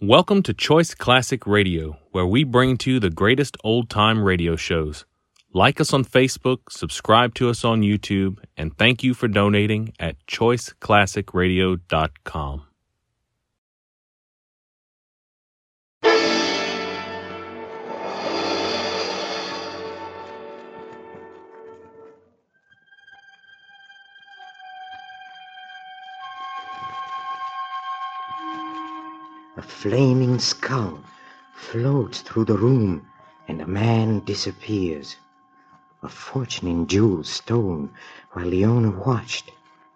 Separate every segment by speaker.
Speaker 1: Welcome to Choice Classic Radio, where we bring to you the greatest old time radio shows. Like us on Facebook, subscribe to us on YouTube, and thank you for donating at choiceclassicradio.com.
Speaker 2: A flaming skull floats through the room, and a man disappears. A fortune in jewels stolen while Leona watched,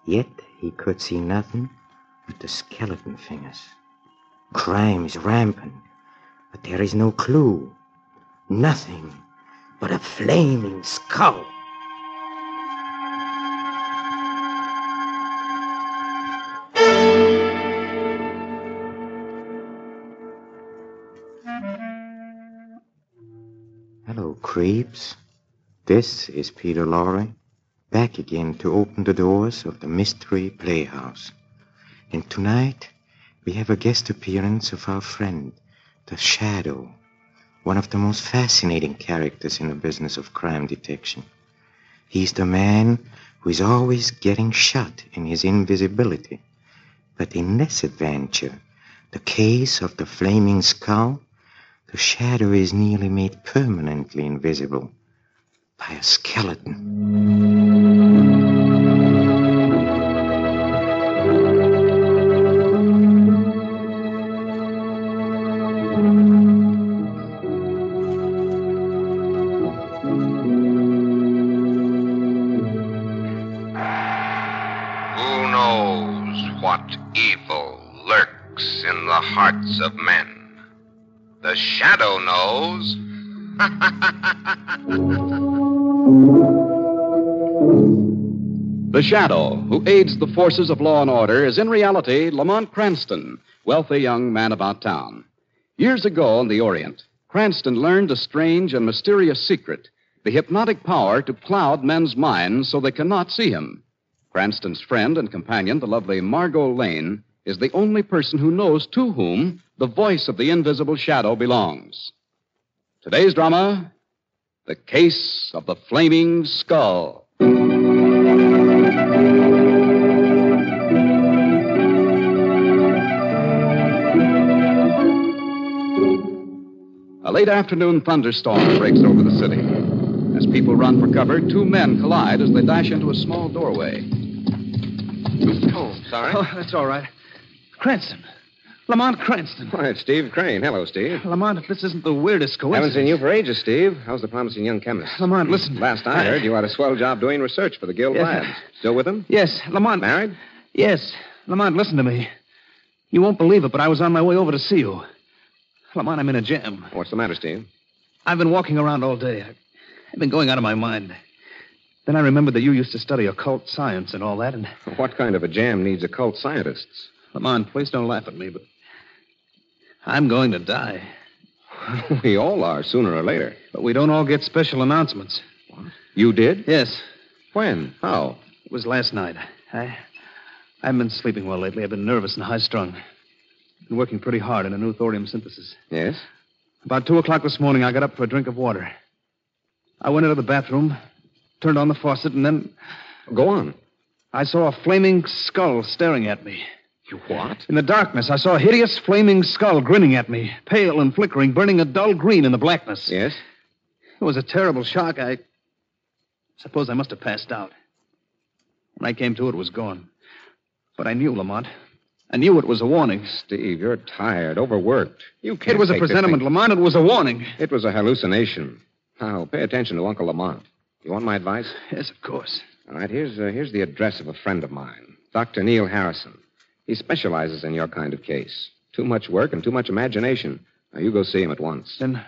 Speaker 2: yet he could see nothing but the skeleton fingers. Crime is rampant, but there is no clue. Nothing but a flaming skull. Hello, creeps. This is Peter Lorre, back again to open the doors of the Mystery Playhouse. And tonight, we have a guest appearance of our friend, the Shadow, one of the most fascinating characters in the business of crime detection. He's the man who is always getting shot in his invisibility. But in this adventure, the case of the Flaming Skull, the shadow is nearly made permanently invisible by a skeleton.
Speaker 3: Who knows what evil lurks in the hearts of men? The shadow knows.
Speaker 4: The Shadow, who aids the forces of law and order, is in reality Lamont Cranston, wealthy young man about town. Years ago in the Orient, Cranston learned a strange and mysterious secret the hypnotic power to cloud men's minds so they cannot see him. Cranston's friend and companion, the lovely Margot Lane, is the only person who knows to whom the voice of the invisible shadow belongs. Today's drama The Case of the Flaming Skull. A late afternoon thunderstorm breaks over the city. As people run for cover, two men collide as they dash into a small doorway.
Speaker 3: Oh, sorry.
Speaker 5: Oh, that's all right. Cranston. Lamont Cranston.
Speaker 3: Why, it's Steve Crane. Hello, Steve.
Speaker 5: Lamont, if this isn't the weirdest
Speaker 3: Haven't
Speaker 5: coincidence.
Speaker 3: seen you for ages, Steve. How's the promising young chemist?
Speaker 5: Lamont, listen.
Speaker 3: Last I heard, you had a swell job doing research for the Guild
Speaker 5: Yes.
Speaker 3: Labs. Still with them?
Speaker 5: Yes, Lamont.
Speaker 3: Married?
Speaker 5: Yes. Lamont, listen to me. You won't believe it, but I was on my way over to see you. Lamont, I'm in a jam.
Speaker 3: What's the matter, Steve?
Speaker 5: I've been walking around all day. I- I've been going out of my mind. Then I remembered that you used to study occult science and all that, and
Speaker 3: What kind of a jam needs occult scientists?
Speaker 5: Lamont, please don't laugh at me, but I'm going to die.
Speaker 3: we all are, sooner or later.
Speaker 5: But we don't all get special announcements.
Speaker 3: You did?
Speaker 5: Yes,
Speaker 3: When? How?
Speaker 5: It was last night. I, I haven't been sleeping well lately. I've been nervous and high strung. Been working pretty hard on a new thorium synthesis.
Speaker 3: Yes?
Speaker 5: About two o'clock this morning, I got up for a drink of water. I went into the bathroom, turned on the faucet, and then
Speaker 3: Go on.
Speaker 5: I saw a flaming skull staring at me.
Speaker 3: You what?
Speaker 5: In the darkness, I saw a hideous flaming skull grinning at me, pale and flickering, burning a dull green in the blackness.
Speaker 3: Yes?
Speaker 5: It was a terrible shock. I suppose I must have passed out. When I came to, it was gone. But I knew, Lamont. I knew it was a warning.
Speaker 3: Steve, you're tired, overworked. You can't.
Speaker 5: It was a
Speaker 3: take this thing-
Speaker 5: presentiment, Lamont. It was a warning.
Speaker 3: It was a hallucination. Now, pay attention to Uncle Lamont. You want my advice?
Speaker 5: Yes, of course.
Speaker 3: All right, here's, uh, here's the address of a friend of mine, Dr. Neil Harrison. He specializes in your kind of case. Too much work and too much imagination. Now, you go see him at once.
Speaker 5: Then,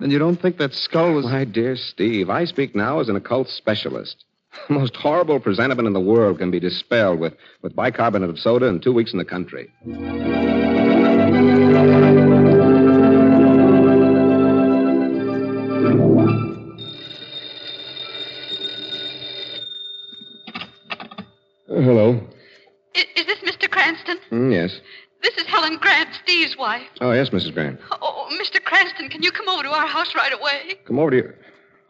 Speaker 5: then you don't think that skull was.
Speaker 3: My dear Steve, I speak now as an occult specialist. The most horrible presentiment in the world can be dispelled with, with bicarbonate of soda and two weeks in the country. Hello.
Speaker 6: I- Is, this Mr. Cranston?
Speaker 3: Mm, yes.
Speaker 6: This is Helen Grant, Steve's wife. I?
Speaker 3: Mm, Oh, yes, Mrs. Grant.
Speaker 6: Oh, Mr. Cranston, can you come over to our house right away?
Speaker 3: Come over to you.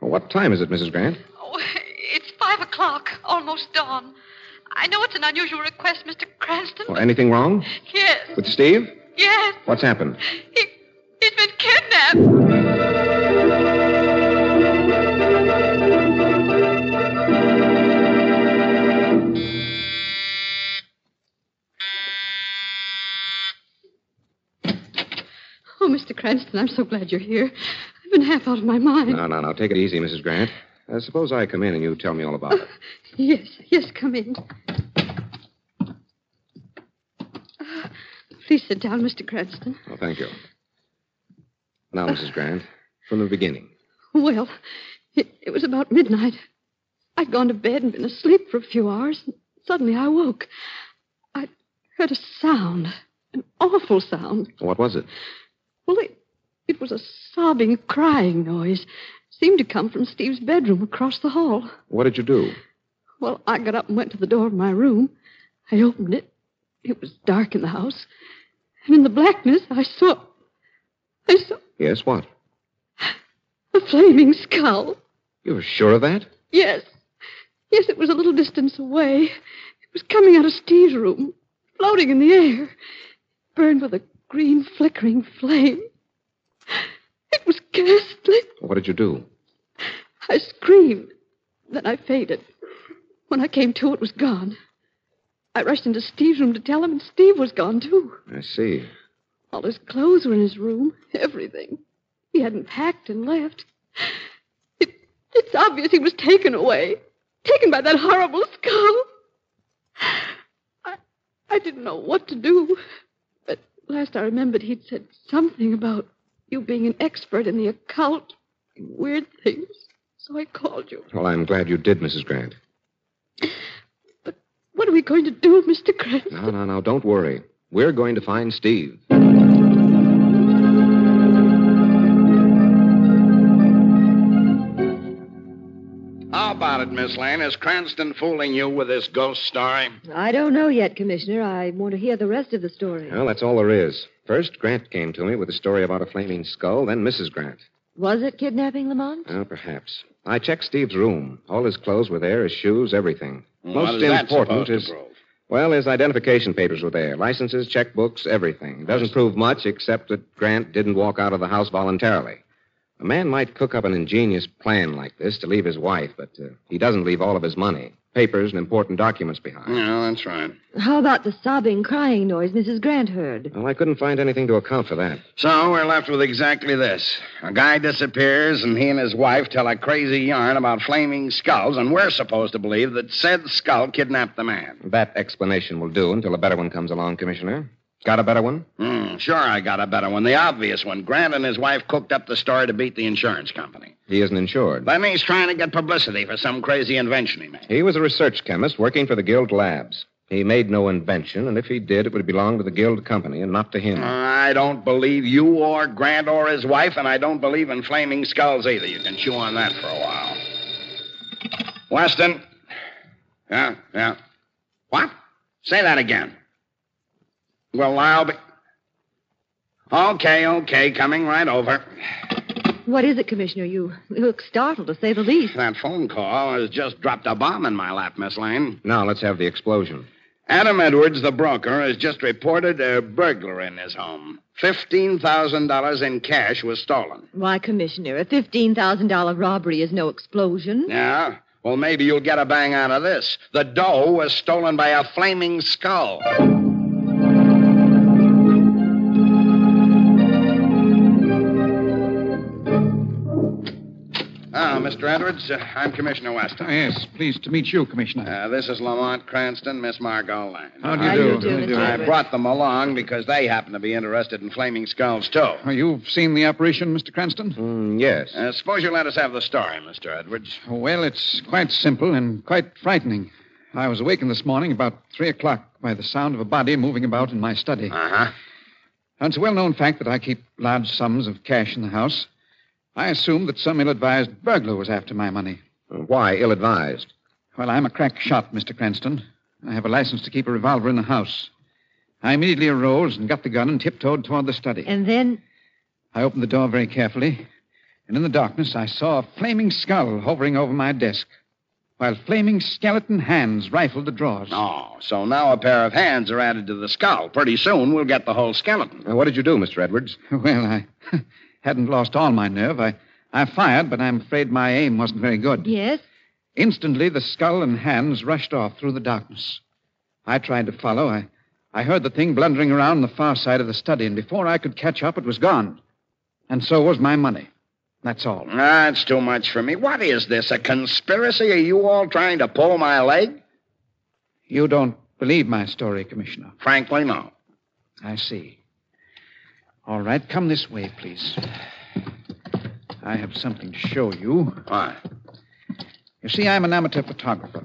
Speaker 3: Well, what time is it, Mrs. Grant?
Speaker 6: Oh, it's five o'clock, almost dawn. I know it's an unusual request, Mr. Cranston.
Speaker 3: Well, Oh, anything wrong?
Speaker 6: Yes,
Speaker 3: With Steve?
Speaker 6: yes.
Speaker 3: What's happened?
Speaker 6: He, he's been kidnapped. Oh, Mr. Cranston, I'm so glad you're here. I've been half out of my mind.
Speaker 3: No, no, no. Take it easy, Mrs. Grant. Uh, suppose I come in and you tell me all about it.
Speaker 6: Yes, yes, come in. Uh, Please sit down, Mr. Cranston.
Speaker 3: Well, Oh, thank you. Now, Mrs. Grant, from the beginning.
Speaker 6: Well, it, it was about midnight. I'd gone to bed and been asleep for a few hours, and suddenly I woke. I heard a sound, an awful sound.
Speaker 3: What was it?
Speaker 6: Well, it, it was a sobbing, crying noise. seemed to come from Steve's bedroom across the hall.
Speaker 3: What did you do?
Speaker 6: Well, I got up and went to the door of my room. I opened it. It was dark in the house. And in the blackness, I saw. I saw
Speaker 3: Yes, what?
Speaker 6: a flaming skull.
Speaker 3: You're sure of that?
Speaker 6: Yes. Yes, it was a little distance away. It was coming out of Steve's room, floating in the air, burned with a green flickering flame. It was ghastly.
Speaker 3: What did you do?
Speaker 6: I screamed. Then I fainted. When I came to, it was gone. I rushed into Steve's room to tell him, and Steve was gone, too.
Speaker 3: I see.
Speaker 6: All his clothes were in his room, everything. He hadn't packed and left. It, it's obvious he was taken away, taken by that horrible skull. I, I didn't know what to do. But last I remembered, he'd said something about you being an expert in the occult and weird things. So I called you.
Speaker 3: Well, I'm glad you did, Mrs. Grant.
Speaker 6: What are we going to do, Mr. Cranston?
Speaker 3: No, no, no. Don't worry. We're going to find Steve.
Speaker 7: How about it, Miss Lane? Is Cranston fooling you with this ghost story?
Speaker 8: I don't know yet, Commissioner. I want to hear the rest of the story.
Speaker 3: Well, that's all there is. First, Grant came to me with a story about a flaming skull, then Mrs. Grant.
Speaker 8: Was it kidnapping, Lamont?
Speaker 3: Well, perhaps. I checked Steve's room. All his clothes were there, his shoes, everything.
Speaker 7: What
Speaker 3: Most
Speaker 7: is that
Speaker 3: important
Speaker 7: supposed to
Speaker 3: is.
Speaker 7: prove?
Speaker 3: Well, his identification papers were there licenses, checkbooks, everything. Doesn't prove much except that Grant didn't walk out of the house voluntarily. A man might cook up an ingenious plan like this to leave his wife, but uh, he doesn't leave all of his money, papers, and important documents behind.
Speaker 7: Yeah, that's right.
Speaker 8: How about the sobbing, crying noise Mrs. Grant heard?
Speaker 3: Well, I couldn't find anything to account for that.
Speaker 7: So we're left with exactly this. A guy disappears, and he and his wife tell a crazy yarn about flaming skulls, and we're supposed to believe that said skull kidnapped the man.
Speaker 3: That explanation will do until a better one comes along, Commissioner. Got a better one?
Speaker 7: Hmm, sure, I got a better one. The obvious one. Grant and his wife cooked up the story to beat the insurance company.
Speaker 3: He isn't insured.
Speaker 7: That means trying to get publicity for some crazy invention he made.
Speaker 3: He was a research chemist working for the Guild Labs. He made no invention, and if he did, it would belong to the Guild Company and not to him.
Speaker 7: I don't believe you or Grant or his wife, and I don't believe in flaming skulls either. You can chew on that for a while. Weston. Yeah, yeah. What? Say that again. Well, I'll be. Okay, okay, coming right over.
Speaker 8: What is it, Commissioner? You look startled, to say the least.
Speaker 7: That phone call has just dropped a bomb in my lap, Miss Lane.
Speaker 3: Now let's have the explosion.
Speaker 7: Adam Edwards, the broker, has just reported a burglar in his home. $15,000 in cash was stolen.
Speaker 8: Why, Commissioner, a $15,000 robbery is no
Speaker 9: Hmm?
Speaker 8: explosion.
Speaker 7: Yeah? Well, maybe you'll get a bang out of this. The dough was stolen by a flaming skull. Ah, Mr. Edwards, uh, I'm Commissioner Weston.
Speaker 9: Yes, pleased to meet you, Commissioner.
Speaker 7: Uh, this is Lamont Cranston, Miss Margot Lane.
Speaker 9: How do
Speaker 8: How
Speaker 9: you
Speaker 8: do
Speaker 9: do? How
Speaker 8: you do,
Speaker 9: do you
Speaker 8: Mr.
Speaker 7: I
Speaker 8: Edwards?
Speaker 7: brought them along because they happen to be interested in flaming skulls, too.
Speaker 9: Oh, You've seen the operation, Mr. Cranston?
Speaker 3: Mm, yes.
Speaker 7: Uh, suppose you let us have the story, Mr. Edwards.
Speaker 9: Well, it's quite simple and quite frightening. I was awakened this morning about 3 o'clock by the sound of a body moving about in my study.
Speaker 7: Uh huh.
Speaker 9: Now, it's a well known fact that I keep large sums of cash in the house. I assumed that some ill advised burglar was after my money.
Speaker 3: Why ill advised?
Speaker 9: Well, I'm a crack shot, Mr. Cranston. I have a license to keep a revolver in the house. I immediately arose and got the gun and tiptoed toward the study.
Speaker 8: And then
Speaker 9: I opened the door very carefully, and in the darkness I saw a flaming skull hovering over my desk, while flaming skeleton hands rifled the drawers.
Speaker 7: Oh, so now a pair of hands are added to the skull. Pretty soon we'll get the whole skeleton.
Speaker 3: Now, what did you do, Mr. Edwards?
Speaker 9: Well, I hadn't lost all my nerve. I, I fired, but I'm afraid my aim wasn't very good.
Speaker 8: yes,
Speaker 9: Instantly, the skull and hands rushed off through the darkness. I tried to follow. I, I heard the thing blundering around the far side of the study, and before I could catch up, it was gone. And so was my money. That's all.
Speaker 7: That's too much for me. What is this, a conspiracy? Are you all trying to pull my leg?
Speaker 9: You don't believe my story, Commissioner.
Speaker 7: Frankly, no.
Speaker 9: I see. All right, come this way, please. I have something to show you.
Speaker 7: Why?
Speaker 9: You see, I'm an amateur photographer.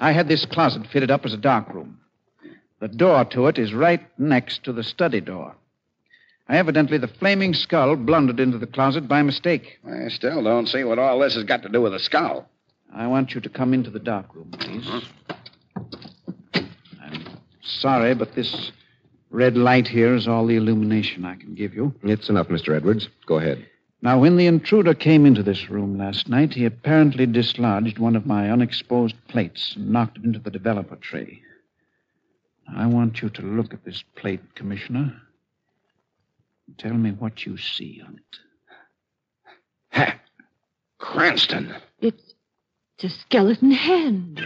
Speaker 9: I had this closet fitted up as a darkroom. The door to it is right next to the study door. Evidently, the flaming skull blundered into the closet by mistake.
Speaker 7: I still don't see what all this has got to do with the skull.
Speaker 9: I want you to come into the darkroom, please. I'm sorry, but this red light here is all the illumination I can give you.
Speaker 3: It's enough, Mr. Edwards. Go ahead.
Speaker 9: Now, when the intruder came into this room last night, he apparently dislodged one of my unexposed plates and knocked it into the developer tray. I want you to look at this plate, Commissioner. Tell me what you see on it.
Speaker 7: Ha! Cranston.
Speaker 8: it's, it's a skeleton hand.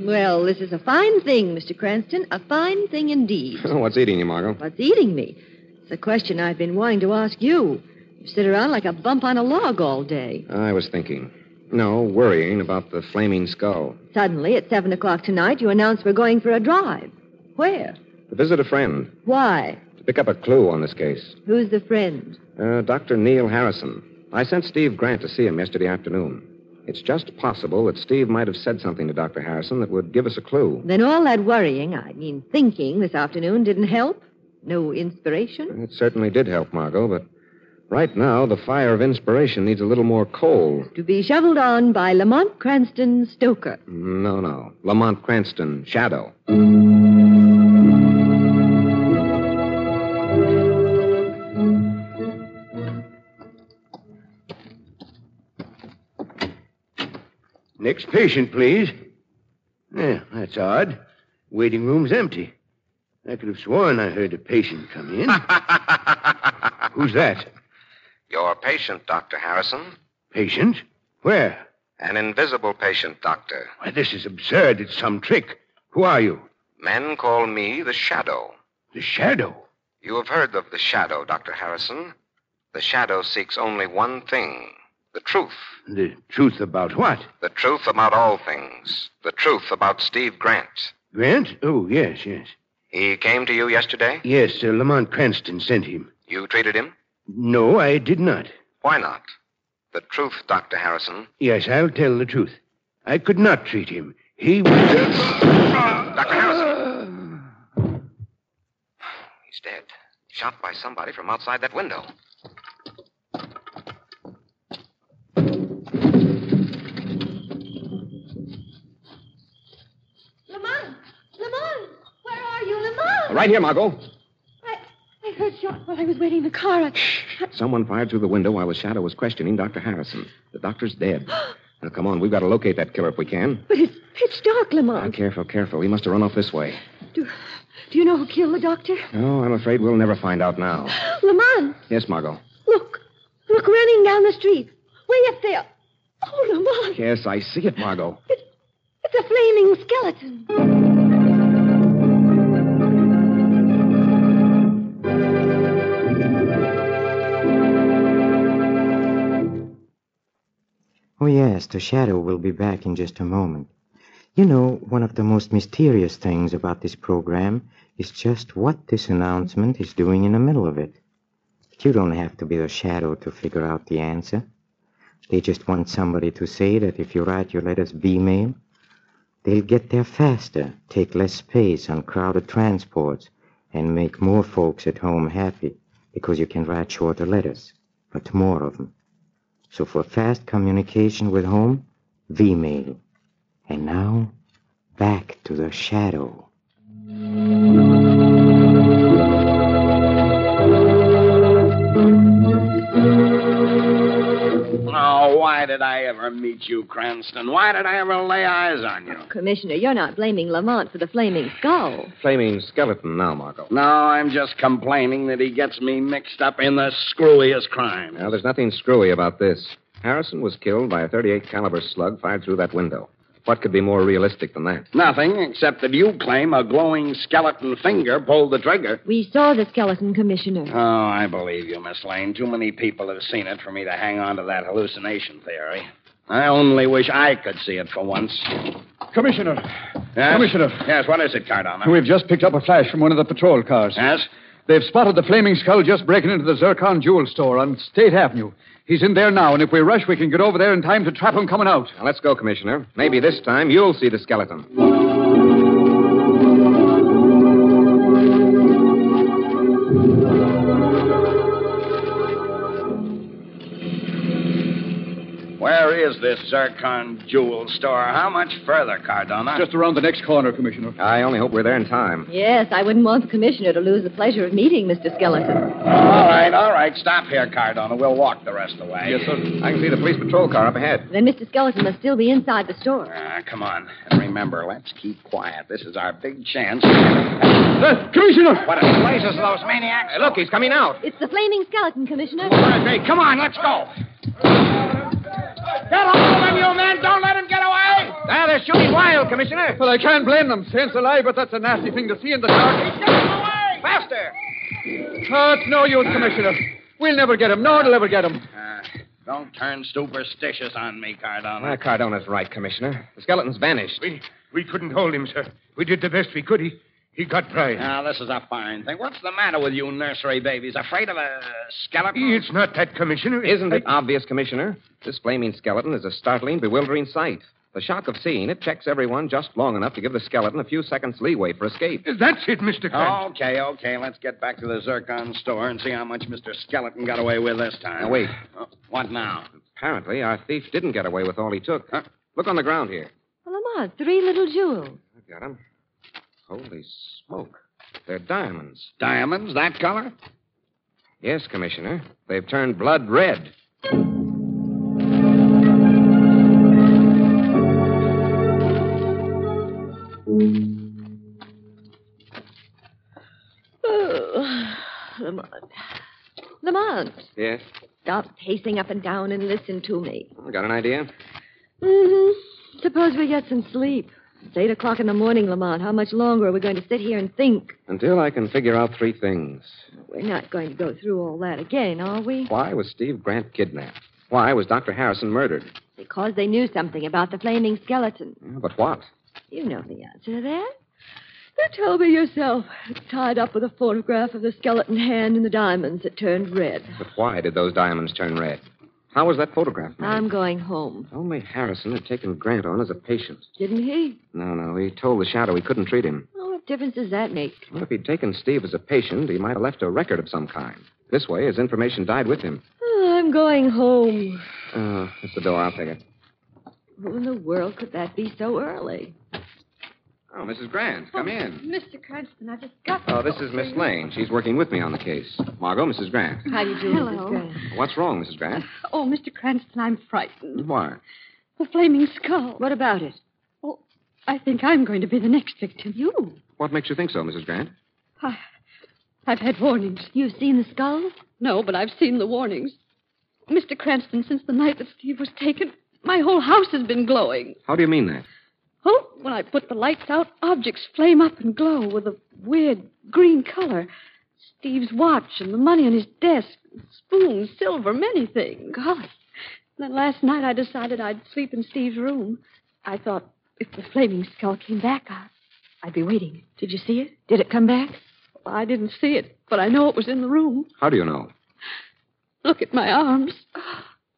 Speaker 8: Well, this is a fine thing, Mr. Cranston. A fine thing indeed.
Speaker 3: What's eating you, Margot?
Speaker 8: What's eating me? It's a question I've been wanting to ask you. You sit around like a bump on a log all day.
Speaker 3: I was thinking. No, worrying about the flaming skull.
Speaker 8: Suddenly, at seven o'clock tonight, you announce we're going for a drive. Where?
Speaker 3: To visit a friend,
Speaker 8: Why?
Speaker 3: to pick up a clue on this case.
Speaker 8: Who's the friend?
Speaker 3: Uh, Dr. Neil Harrison. I sent Steve Grant to see him yesterday afternoon. It's just possible that Steve might have said something to Dr. Harrison that would give us a clue.
Speaker 8: Then all that worrying, I mean thinking, this afternoon didn't help? No inspiration?
Speaker 3: It certainly did help, Margot, but right now the fire of inspiration needs a little more coal.
Speaker 8: To be shoveled on by Lamont Cranston Stoker.
Speaker 3: No, no. Lamont Cranston, Shadow.
Speaker 10: Next patient, please. Yeah, that's odd. Waiting room's empty. I could have sworn I heard a patient come in. Who's that?
Speaker 3: Your patient, Dr. Harrison.
Speaker 10: Patient? Where?
Speaker 3: An invisible patient, Doctor.
Speaker 10: Why, this is absurd. It's some trick. Who are you?
Speaker 3: Men call me the Shadow.
Speaker 10: The shadow.
Speaker 3: You have heard of the Shadow, Dr. Harrison. The Shadow seeks only one thing the truth.
Speaker 10: The truth about what?
Speaker 3: The truth about all things. The truth about Steve Grant.
Speaker 10: Grant? Oh, yes, yes.
Speaker 3: He came to you yesterday?
Speaker 10: Yes, uh, Lamont Cranston sent him.
Speaker 3: You treated him?
Speaker 10: No, I did not.
Speaker 3: Why not? The truth, Dr. Harrison.
Speaker 10: Yes, I'll tell the truth. I could not treat him. He was.
Speaker 3: Dr. Harrison! He's dead. Shot by somebody from outside that window.
Speaker 6: Lamont! Lamont! Where are you, Lamont?
Speaker 3: Right here, Margot.
Speaker 6: I, I heard shot while I was waiting in the car. I...
Speaker 3: Someone fired through the window while the shadow was questioning Dr. Harrison. The doctor's dead. Now, come on. We've got to locate that killer if we can.
Speaker 8: But it's pitch dark,
Speaker 3: Now,
Speaker 8: Lamont.
Speaker 3: careful, careful. He must have run off this way.
Speaker 8: Do, do you know who killed the doctor?
Speaker 3: Oh, I'm afraid we'll never find out now.
Speaker 8: Lamont,
Speaker 3: Yes, Margot.
Speaker 8: look. Look, running down the street. Way up there. Oh, Lamont,
Speaker 3: Yes, I see it, Margot.
Speaker 8: it's a flaming skeleton.
Speaker 2: Oh, yes, the shadow will be back in just a moment. You know, one of the most mysterious things about this program is just what this announcement is doing in the middle of it. But you don't have to be the shadow to figure out the answer. They just want somebody to say that if you write your letters B mail, they'll get there faster, take less space on crowded transports, and make more folks at home happy because you can write shorter letters, but more of them. So for fast communication with home, V-mail. And now, back to the shadow.
Speaker 7: Oh, why did I ever meet you, Cranston? Why did I ever lay eyes on you?
Speaker 8: Commissioner, you're not blaming Lamont for the flaming skull.
Speaker 3: Flaming skeleton now, Marco.
Speaker 7: No, I'm just complaining that he gets me mixed up in the screwiest crime.
Speaker 3: Now, there's nothing screwy about this. Harrison was killed by a 38 caliber slug fired through that window. What could be more realistic than that?
Speaker 7: Nothing except that you claim a glowing skeleton finger pulled the trigger.
Speaker 8: We saw the skeleton, Commissioner.
Speaker 7: Oh, I believe you, Miss Lane. Too many people have seen it for me to hang on to that hallucination theory. I only wish I could see it for once.
Speaker 11: Commissioner,
Speaker 7: Yes?
Speaker 11: Commissioner.
Speaker 7: Yes, what is it, Cardona?
Speaker 11: we've just picked up a flash from one of the patrol cars.
Speaker 7: Yes?
Speaker 11: They've spotted the flaming skull just breaking into the Zircon Jewel store on State Avenue. He's in there now, and if we rush, we can get over there in time to trap him coming out.
Speaker 3: Now, let's go, Commissioner. Maybe this time you'll see the skeleton.
Speaker 7: Where is this Zircon Jewel store? How much further, Cardona?
Speaker 11: Just around the next corner, Commissioner.
Speaker 3: I only hope we're there in time.
Speaker 8: Yes, I wouldn't want the Commissioner to lose the pleasure of meeting Mr. Skeleton.
Speaker 7: All right, all right. Stop here, Cardona. We'll walk the rest of the way. Yes, sir.
Speaker 3: I can see the police patrol car up ahead.
Speaker 8: Then Mr. Skeleton must still be inside the store.
Speaker 7: Ah, come on. And remember, let's keep quiet. This is our big chance.
Speaker 11: Commissioner!
Speaker 7: What a place is those maniacs?
Speaker 3: Hey, look, he's coming out.
Speaker 8: It's the flaming skeleton, Commissioner.
Speaker 7: Hey, come on, let's go. Get hold of him, you men. Don't let him get away.
Speaker 3: Ah, they're shooting wild, Commissioner.
Speaker 11: Well, I can't blame them. Sense alive, but that's a nasty thing to see in the dark.
Speaker 7: Faster.
Speaker 11: Oh, it's no use, Commissioner. We'll never get him. No one will ever get him.
Speaker 7: Ah, don't turn superstitious on me, Cardona.
Speaker 3: Ah, Cardona's right, Commissioner. The skeleton's vanished.
Speaker 10: We, we couldn't hold him, sir. We did the best we could. He, he got dry.
Speaker 7: Now,
Speaker 3: Ah,
Speaker 7: this is a fine thing. What's the matter with you nursery babies? Afraid of a skeleton?
Speaker 10: It's not that, Commissioner.
Speaker 3: Isn't it obvious, Commissioner? This flaming skeleton is a startling, bewildering sight. The shock of seeing it checks everyone just long enough to give the skeleton a few seconds leeway for escape.
Speaker 10: That's it, Mr. Cranston.
Speaker 7: Okay, okay. Let's get back to the Zircon store and see how much Mr. Skeleton got away with this time.
Speaker 3: Now, wait.
Speaker 7: Oh, what now?
Speaker 3: Apparently, our thief didn't get away with all he took. Huh? Look on the ground here.
Speaker 8: Well, Lamont, three little jewels.
Speaker 3: I've got him. Holy smoke. They're diamonds.
Speaker 7: Diamonds, that color?
Speaker 3: Yes, Commissioner. They've turned blood red.
Speaker 8: Oh, Lamont. Lamont,
Speaker 3: Yes.
Speaker 8: stop pacing up and down and listen to me.
Speaker 3: Got an idea?
Speaker 8: Mm-hmm. Suppose we get some sleep. It's eight o'clock in the morning, Lamont. How much longer are we going to sit here and think?
Speaker 3: Until I can figure out three things.
Speaker 8: We're not going to go through all that again, are we?
Speaker 3: Why was Steve Grant kidnapped? Why was Dr. Harrison murdered?
Speaker 8: Because they knew something about the flaming skeleton.
Speaker 3: Yeah, But what?
Speaker 8: You know the answer to that. You told me yourself. It's tied up with a photograph of the skeleton hand and the diamonds that turned red.
Speaker 3: But why did those diamonds turn red? How was that photograph made?
Speaker 8: I'm going home.
Speaker 3: Only Harrison had taken Grant on as a patient.
Speaker 8: Didn't he?
Speaker 3: No, no, he told the shadow he couldn't treat him.
Speaker 8: Well, what difference does that make?
Speaker 3: Well, if he'd taken Steve as a patient, he might have left a record of some kind. This way, his information died with him.
Speaker 8: Oh, I'm going home.
Speaker 3: Uh, that's the door. I'll take it.
Speaker 8: Who in the world could that be so early?
Speaker 3: Oh, Mrs. Grant, come in.
Speaker 6: Mr. Cranston, I just got.
Speaker 3: Oh, this is Miss Lane. She's working with me on the case. Margot, Mrs. Grant.
Speaker 8: How do you do,
Speaker 6: Hello.
Speaker 8: Mrs. Grant?
Speaker 3: What's wrong, Mrs. Grant?
Speaker 6: Oh, Mr. Cranston, I'm frightened.
Speaker 3: Why?
Speaker 6: The flaming skull. Oh,
Speaker 8: What about it?
Speaker 6: I think I'm going to be the next victim.
Speaker 8: You?
Speaker 3: What makes you think so, Mrs. Grant?
Speaker 6: I, I've had warnings.
Speaker 8: You've seen the skull?
Speaker 6: No, but I've seen the warnings. Mr. Cranston, since the night that Steve was taken, my whole house has been glowing.
Speaker 3: How do you mean that?
Speaker 6: Oh, when I put the lights out, objects flame up and glow with a weird green color. Steve's watch and the money on his desk, spoons, silver, many things. Golly. Then last night I decided I'd sleep in Steve's room. I thought if the flaming skull came back, I, I'd be waiting.
Speaker 8: Did you see it? Did it come back?
Speaker 6: I didn't see it, but I know it was in the room.
Speaker 3: How do you know?
Speaker 6: Look at my arms.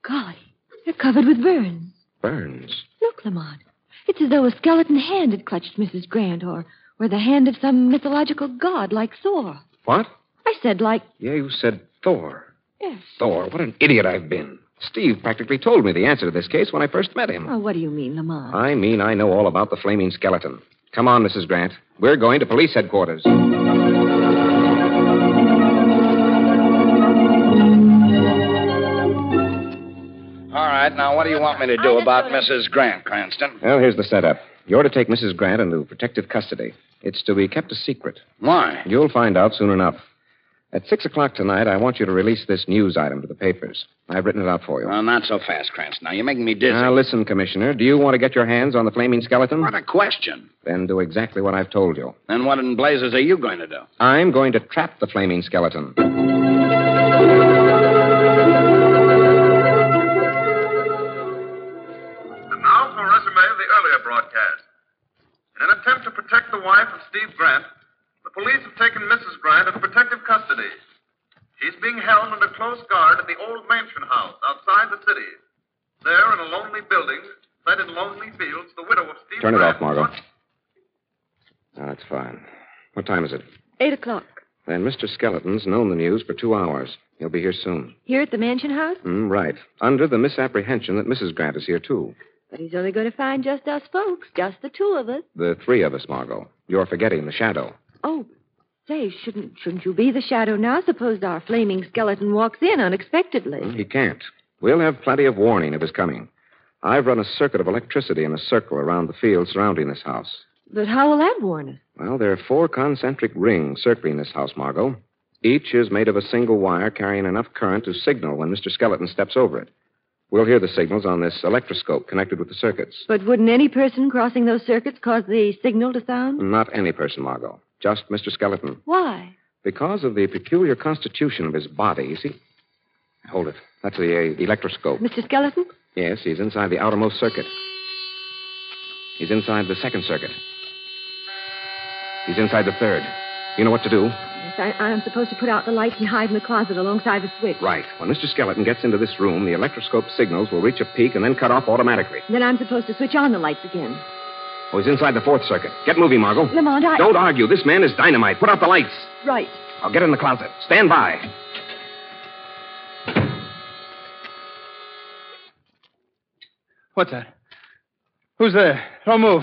Speaker 8: Golly, they're covered with burns.
Speaker 3: Burns.
Speaker 8: Look, Lamont. It's as though a skeleton hand had clutched Mrs. Grant, or were the hand of some mythological god like Thor.
Speaker 3: What?
Speaker 8: I said, like,
Speaker 3: Yeah, you said Thor.
Speaker 8: Yes.
Speaker 3: Thor, what an idiot I've been. Steve practically told me the answer to this case when I first met him.
Speaker 8: Oh, what do you mean, Lamont?
Speaker 3: I mean, I know all about the flaming skeleton. Come on, Mrs. Grant. We're going to police headquarters.
Speaker 7: All right, now what do you want me to do about Mrs. Grant, Cranston?
Speaker 3: Well, here's the setup. You're to take Mrs. Grant into protective custody. It's to be kept a secret.
Speaker 7: Why?
Speaker 3: You'll find out soon enough. At six o'clock tonight, I want you to release this news item to the papers. I've written it out for you.
Speaker 7: Well, not so fast, Cranston. Now you're making me dizzy.
Speaker 3: Now, listen, Commissioner. Do you want to get your hands on the flaming skeleton?
Speaker 7: What a question.
Speaker 3: Then do exactly what I've told you.
Speaker 7: Then what in blazes are you going to do?
Speaker 3: I'm going to trap the flaming skeleton.
Speaker 12: And now for a resume of the earlier broadcast. In an attempt to protect the wife of Steve Grant, the police have taken Mrs. Grant into protective custody. She's being held under close guard at the old mansion house outside the city. There, in a lonely building, set in lonely fields, the widow of Steve
Speaker 3: Turn it
Speaker 12: Grant.
Speaker 3: off, Margot. Oh, that's fine. What time is it?
Speaker 8: Eight o'clock.
Speaker 3: Then Mr. Skeleton's known the news for two hours. He'll be here soon.
Speaker 8: Here at the mansion house?
Speaker 3: Mm, right. Under the misapprehension that Mrs. Grant is here, too.
Speaker 8: But he's only going to find just us folks, just the two of us.
Speaker 3: The three of us, Margot. You're forgetting the shadow.
Speaker 8: Oh, say, shouldn't shouldn't you be the shadow now? Suppose our flaming skeleton walks in unexpectedly.
Speaker 3: Hmm, He can't. We'll have plenty of warning of his coming. I've run a circuit of electricity in a circle around the field surrounding this house.
Speaker 8: But how will that warn us?
Speaker 3: Well, there are four concentric rings circling this house, Margot. Each is made of a single wire carrying enough current to signal when Mr. Skeleton steps over it. We'll hear the signals on this electroscope connected with the circuits.
Speaker 8: But wouldn't any person crossing those circuits cause the signal to sound?
Speaker 3: Not any person, Margot. Just Mr. Skeleton.
Speaker 8: Why?
Speaker 3: Because of the peculiar constitution of his body, you see. Hold it. That's the uh, electroscope.
Speaker 8: Mr. Skeleton?
Speaker 3: Yes, he's inside the outermost circuit. He's inside the second circuit. He's inside the third. You know what to do?
Speaker 8: Yes, I, I'm supposed to put out the lights and hide in the closet alongside the switch.
Speaker 3: Right. When Mr. Skeleton gets into this room, the electroscope signals will reach a peak and then cut off automatically.
Speaker 8: Then I'm supposed to switch on the lights again.
Speaker 3: Oh, he's inside the fourth circuit. Get moving, Margot.
Speaker 8: Lamont, I.
Speaker 3: Don't argue. This man is dynamite. Put out the lights.
Speaker 8: Right.
Speaker 3: I'll get in the closet. Stand by.
Speaker 11: What's that? Who's there? Don't move.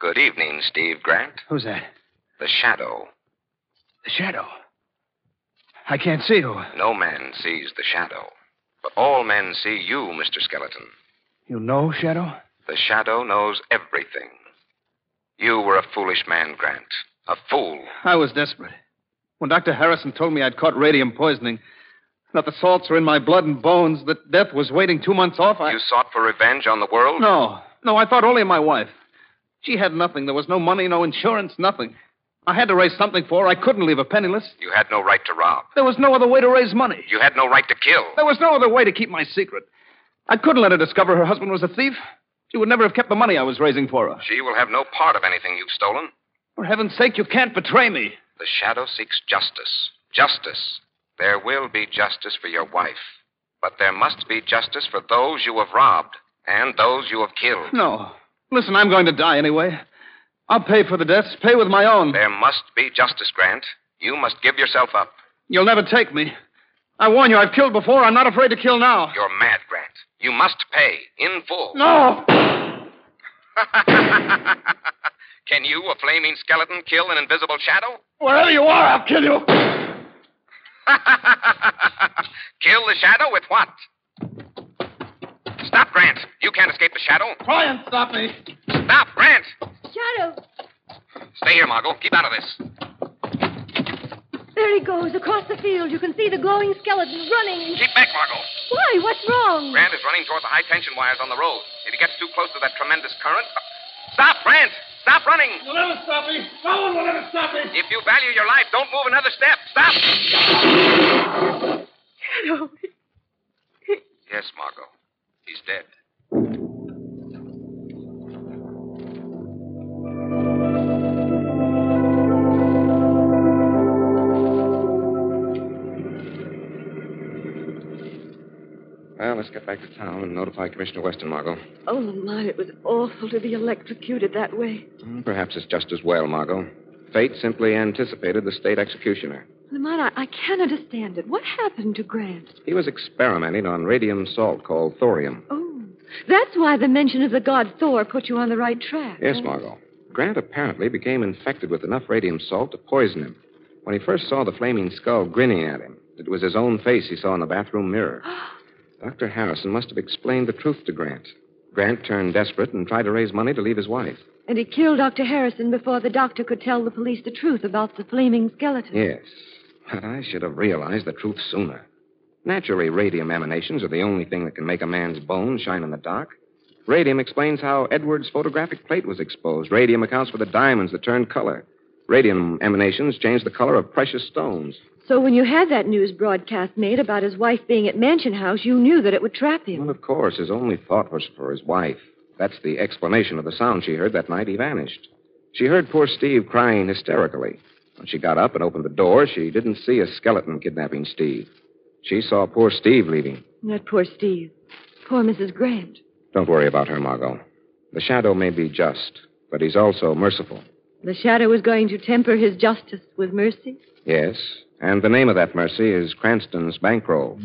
Speaker 3: Good evening, Steve Grant.
Speaker 11: Who's that?
Speaker 3: The shadow.
Speaker 11: The shadow. I can't see you.
Speaker 3: No man sees the shadow. But all men see you, Mr. Skeleton.
Speaker 11: You know, Shadow?
Speaker 3: The shadow knows everything. You were a foolish man, Grant. A fool.
Speaker 11: I was desperate. When Dr. Harrison told me I'd caught radium poisoning, that the salts were in my blood and bones, that death was waiting two months off, I.
Speaker 3: You sought for revenge on the world?
Speaker 11: No. No, I thought only of my wife. She had nothing. There was no money, no insurance, nothing. I had to raise something for her. I couldn't leave her penniless.
Speaker 3: You had no right to rob.
Speaker 11: There was no other way to raise money.
Speaker 3: You had no right to kill.
Speaker 11: There was no other way to keep my secret. I couldn't let her discover her husband was a thief. She would never have kept the money I was raising for her.
Speaker 3: She will have no part of anything you've stolen.
Speaker 11: For heaven's sake, you can't betray me.
Speaker 3: The shadow seeks justice. Justice. There will be justice for your wife. But there must be justice for those you have robbed and those you have killed.
Speaker 11: No. Listen, I'm going to die anyway. I'll pay for the deaths, pay with my own.
Speaker 3: There must be justice, Grant. You must give yourself up.
Speaker 11: You'll never take me. I warn you, I've killed before. I'm not afraid to kill now.
Speaker 3: You're mad, Grant. You must pay in full.
Speaker 11: No!
Speaker 3: Can you, a flaming skeleton, kill an invisible shadow?
Speaker 11: Wherever you are, I'll kill you.
Speaker 3: Kill the shadow with what? Stop, Grant. You can't escape the shadow.
Speaker 11: Try and stop me.
Speaker 3: Stop, Grant.
Speaker 8: Shadow!
Speaker 3: Stay here, Margot. Keep out of this.
Speaker 8: There he goes, across the field. You can see the glowing skeleton running.
Speaker 3: Keep back, Margot.
Speaker 8: Why? What's wrong?
Speaker 3: Grant is running toward the high tension wires on the road. If he gets too close to that tremendous current. uh, Stop, Grant! Stop running!
Speaker 11: You'll never stop me. No one will ever stop me.
Speaker 3: If you value your life, don't move another step. Stop!
Speaker 8: Shadow.
Speaker 3: Yes, Margot. He's dead. Well, let's get back to town and notify Commissioner Weston, Margot.
Speaker 8: Oh, Lamont, it was awful to be electrocuted that way.
Speaker 3: Hmm, Perhaps it's just as well, Margot. Fate simply anticipated the state executioner.
Speaker 8: Lamont, I, I can't understand it. What happened to Grant?
Speaker 3: He was experimenting on radium salt called thorium.
Speaker 8: Oh, that's why the mention of the god Thor put you on the right track.
Speaker 3: Yes, Margot. Grant apparently became infected with enough radium salt to poison him. When he first saw the flaming skull grinning at him, it was his own face he saw in the bathroom mirror. Dr. Harrison must have explained the truth to Grant. Grant turned desperate and tried to raise money to leave his wife.
Speaker 8: And he killed Dr. Harrison before the doctor could tell the police the truth about the flaming skeleton.
Speaker 3: Yes, but I should have realized the truth sooner. Naturally, radium emanations are the only thing that can make a man's bones shine in the dark. Radium explains how Edwards' photographic plate was exposed. Radium accounts for the diamonds that turn color. Radium emanations change the color of precious stones.
Speaker 8: So when you had that news broadcast made about his wife being at Mansion House, you knew that it would trap him.
Speaker 3: Well, of course, his only thought was for his wife. That's the explanation of the sound she heard that night he vanished. She heard poor Steve crying hysterically. When she got up and opened the door, she didn't see a skeleton kidnapping Steve. She saw poor Steve leaving.
Speaker 8: That poor Steve. Poor Mrs. Grant.
Speaker 3: Don't worry about her, Margot. The shadow may be just, but he's also merciful.
Speaker 8: The shadow was going to temper his justice with mercy.
Speaker 3: Yes, and the name of that mercy is Cranston's bankroll.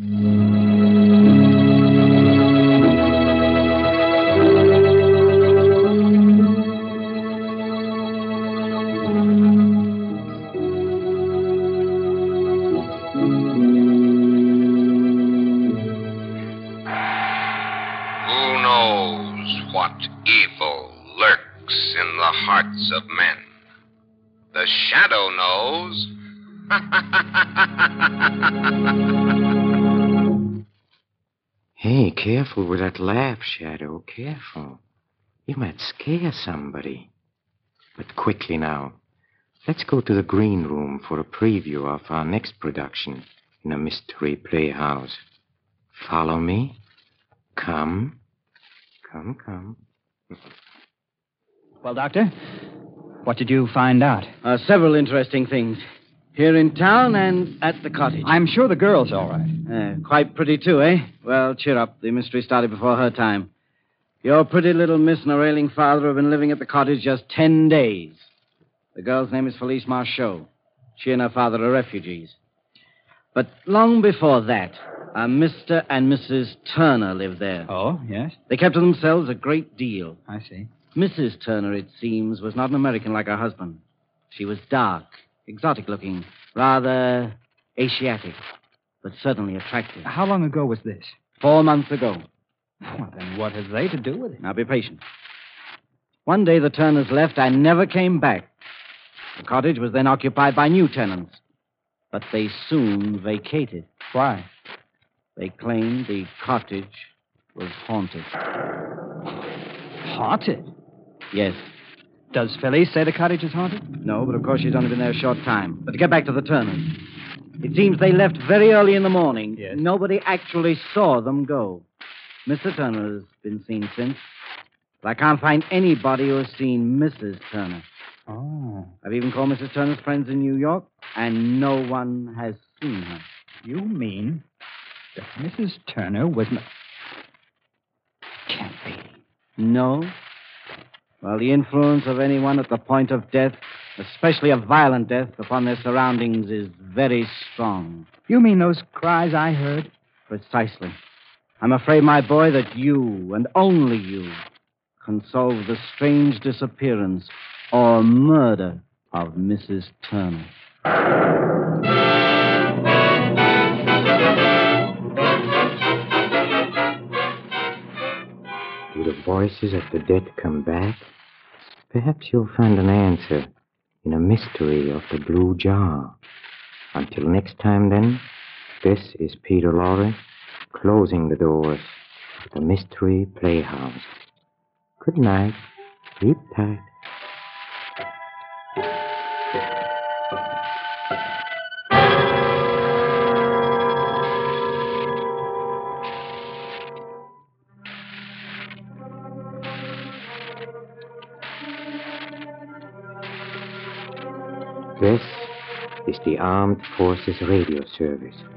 Speaker 13: Who knows what evil lurks in the hearts of men? The shadow knows.
Speaker 2: Hey, careful with that laugh, Shadow. Careful. You might scare somebody. But quickly now. Let's go to the green room for a preview of our next production in a mystery playhouse. Follow me. Come. Come, come.
Speaker 14: Well, Doctor, what did you find out? Uh, several interesting things. Here in town and at the cottage. I'm sure the girl's all right. Uh, quite pretty, too, eh? Well, cheer up. The mystery started before her time. Your pretty little miss and her ailing father have been living at the cottage just ten days. The girl's name is Felice Marchot. She and her father are refugees. But long before that, a Mr. and Mrs. Turner lived there. Oh, yes? They kept to themselves a great deal.
Speaker 15: I see.
Speaker 14: Mrs. Turner, it seems, was not an American like her husband. She was dark, exotic looking, rather Asiatic, but certainly attractive.
Speaker 15: How long ago was this?
Speaker 14: Four months ago.
Speaker 15: Well, then what have they to do with it?
Speaker 14: Now be patient. One day the Turners left and never came back. The cottage was then occupied by new tenants, but they soon vacated. Why? They claimed the cottage was haunted.
Speaker 15: Haunted?
Speaker 14: Yes.
Speaker 15: Does Felice say the cottage is haunted?
Speaker 14: No, but of course she's only been there a short time. But to get back to the Turners, it seems they left very early in the morning. Yes. Nobody actually saw them go. Mr. Turner's been seen since. But I can't find anybody who has seen Mrs. Turner.
Speaker 15: Oh.
Speaker 14: I've even called Mrs. Turner's friends in New York, and no one has seen her.
Speaker 15: You mean that Mrs. Turner was. n- Can't be.
Speaker 14: No? Well, the influence of anyone at the point of death, especially a violent death, upon their surroundings is very strong.
Speaker 15: You mean those cries I heard?
Speaker 14: Precisely. I'm afraid, my boy, that you, and only you, can solve the strange disappearance or murder of Mrs. Turner.
Speaker 2: Do the voices of the dead come back? Perhaps you'll find an answer in a mystery of the blue jar. Until next time, then, this is Peter Lorre closing the doors of the Mystery Playhouse. Good night. Sleep tight. This is the Armed Forces Radio Service.